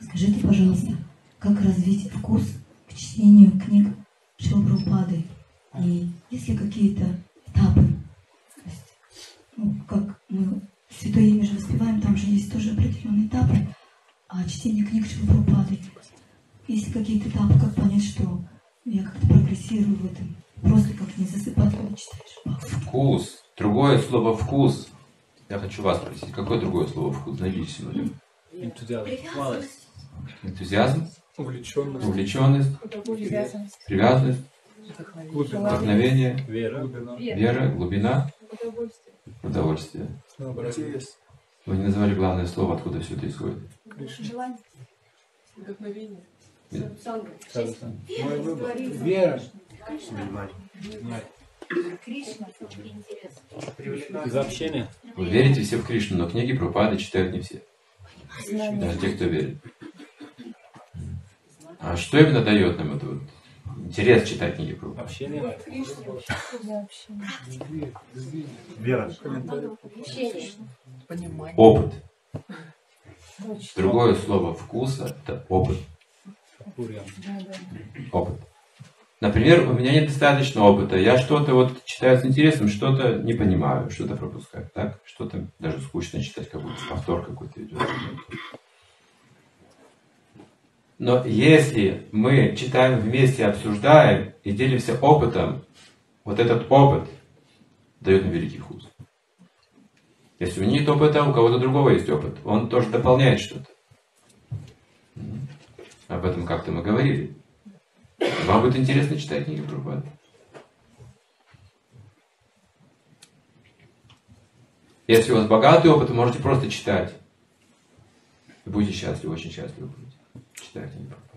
Скажите, пожалуйста, как развить вкус к чтению книг Шилпрупады? И есть ли какие-то этапы? То есть, ну, как мы святое имя же воспеваем, там же есть тоже определенные этапы а чтение книг Шилпрупады. Есть ли какие-то этапы, как понять, что я как-то прогрессирую в этом? Просто как не засыпать, когда читаешь. Вкус. Другое слово вкус. Я хочу вас спросить, какое другое слово вкус? Назовите синоним. Энтузиазм. Привязанность. Энтузиазм, Увлеченность. увлеченность, Привязанность. привязанность, Глубина. вдохновение, Вера. вера, глубина, Удовольствие. удовольствие. Разнообразие. Вы не назвали главное слово, откуда все это исходит. Желание. Вдохновение. Нет. Санга. Садхана. Мой выбор. Вера, Кришна. Интерес. Из общения. Вы верите все в Кришну, но книги Пропады читают не все. Знание. Даже те, кто верит. А что именно дает нам это вот? Интерес читать книги Пропады. Общение. Кришна. любви, любви. Вера. Комментарий. Общение. Опыт. Другое слово вкуса – это опыт. Курья. опыт. Например, у меня недостаточно опыта. Я что-то вот читаю с интересом, что-то не понимаю, что-то пропускаю, так? Что-то даже скучно читать, как будто повтор какой-то идет. Но если мы читаем вместе, обсуждаем и делимся опытом, вот этот опыт дает нам великий вкус. Если у меня нет опыта, у кого-то другого есть опыт. Он тоже дополняет что-то. М? Об этом как-то мы говорили. Вам будет интересно читать книги Прабхупады? Если у вас богатый опыт, вы можете просто читать. И будете счастливы, очень счастливы будете. Читать книги Прабхупады.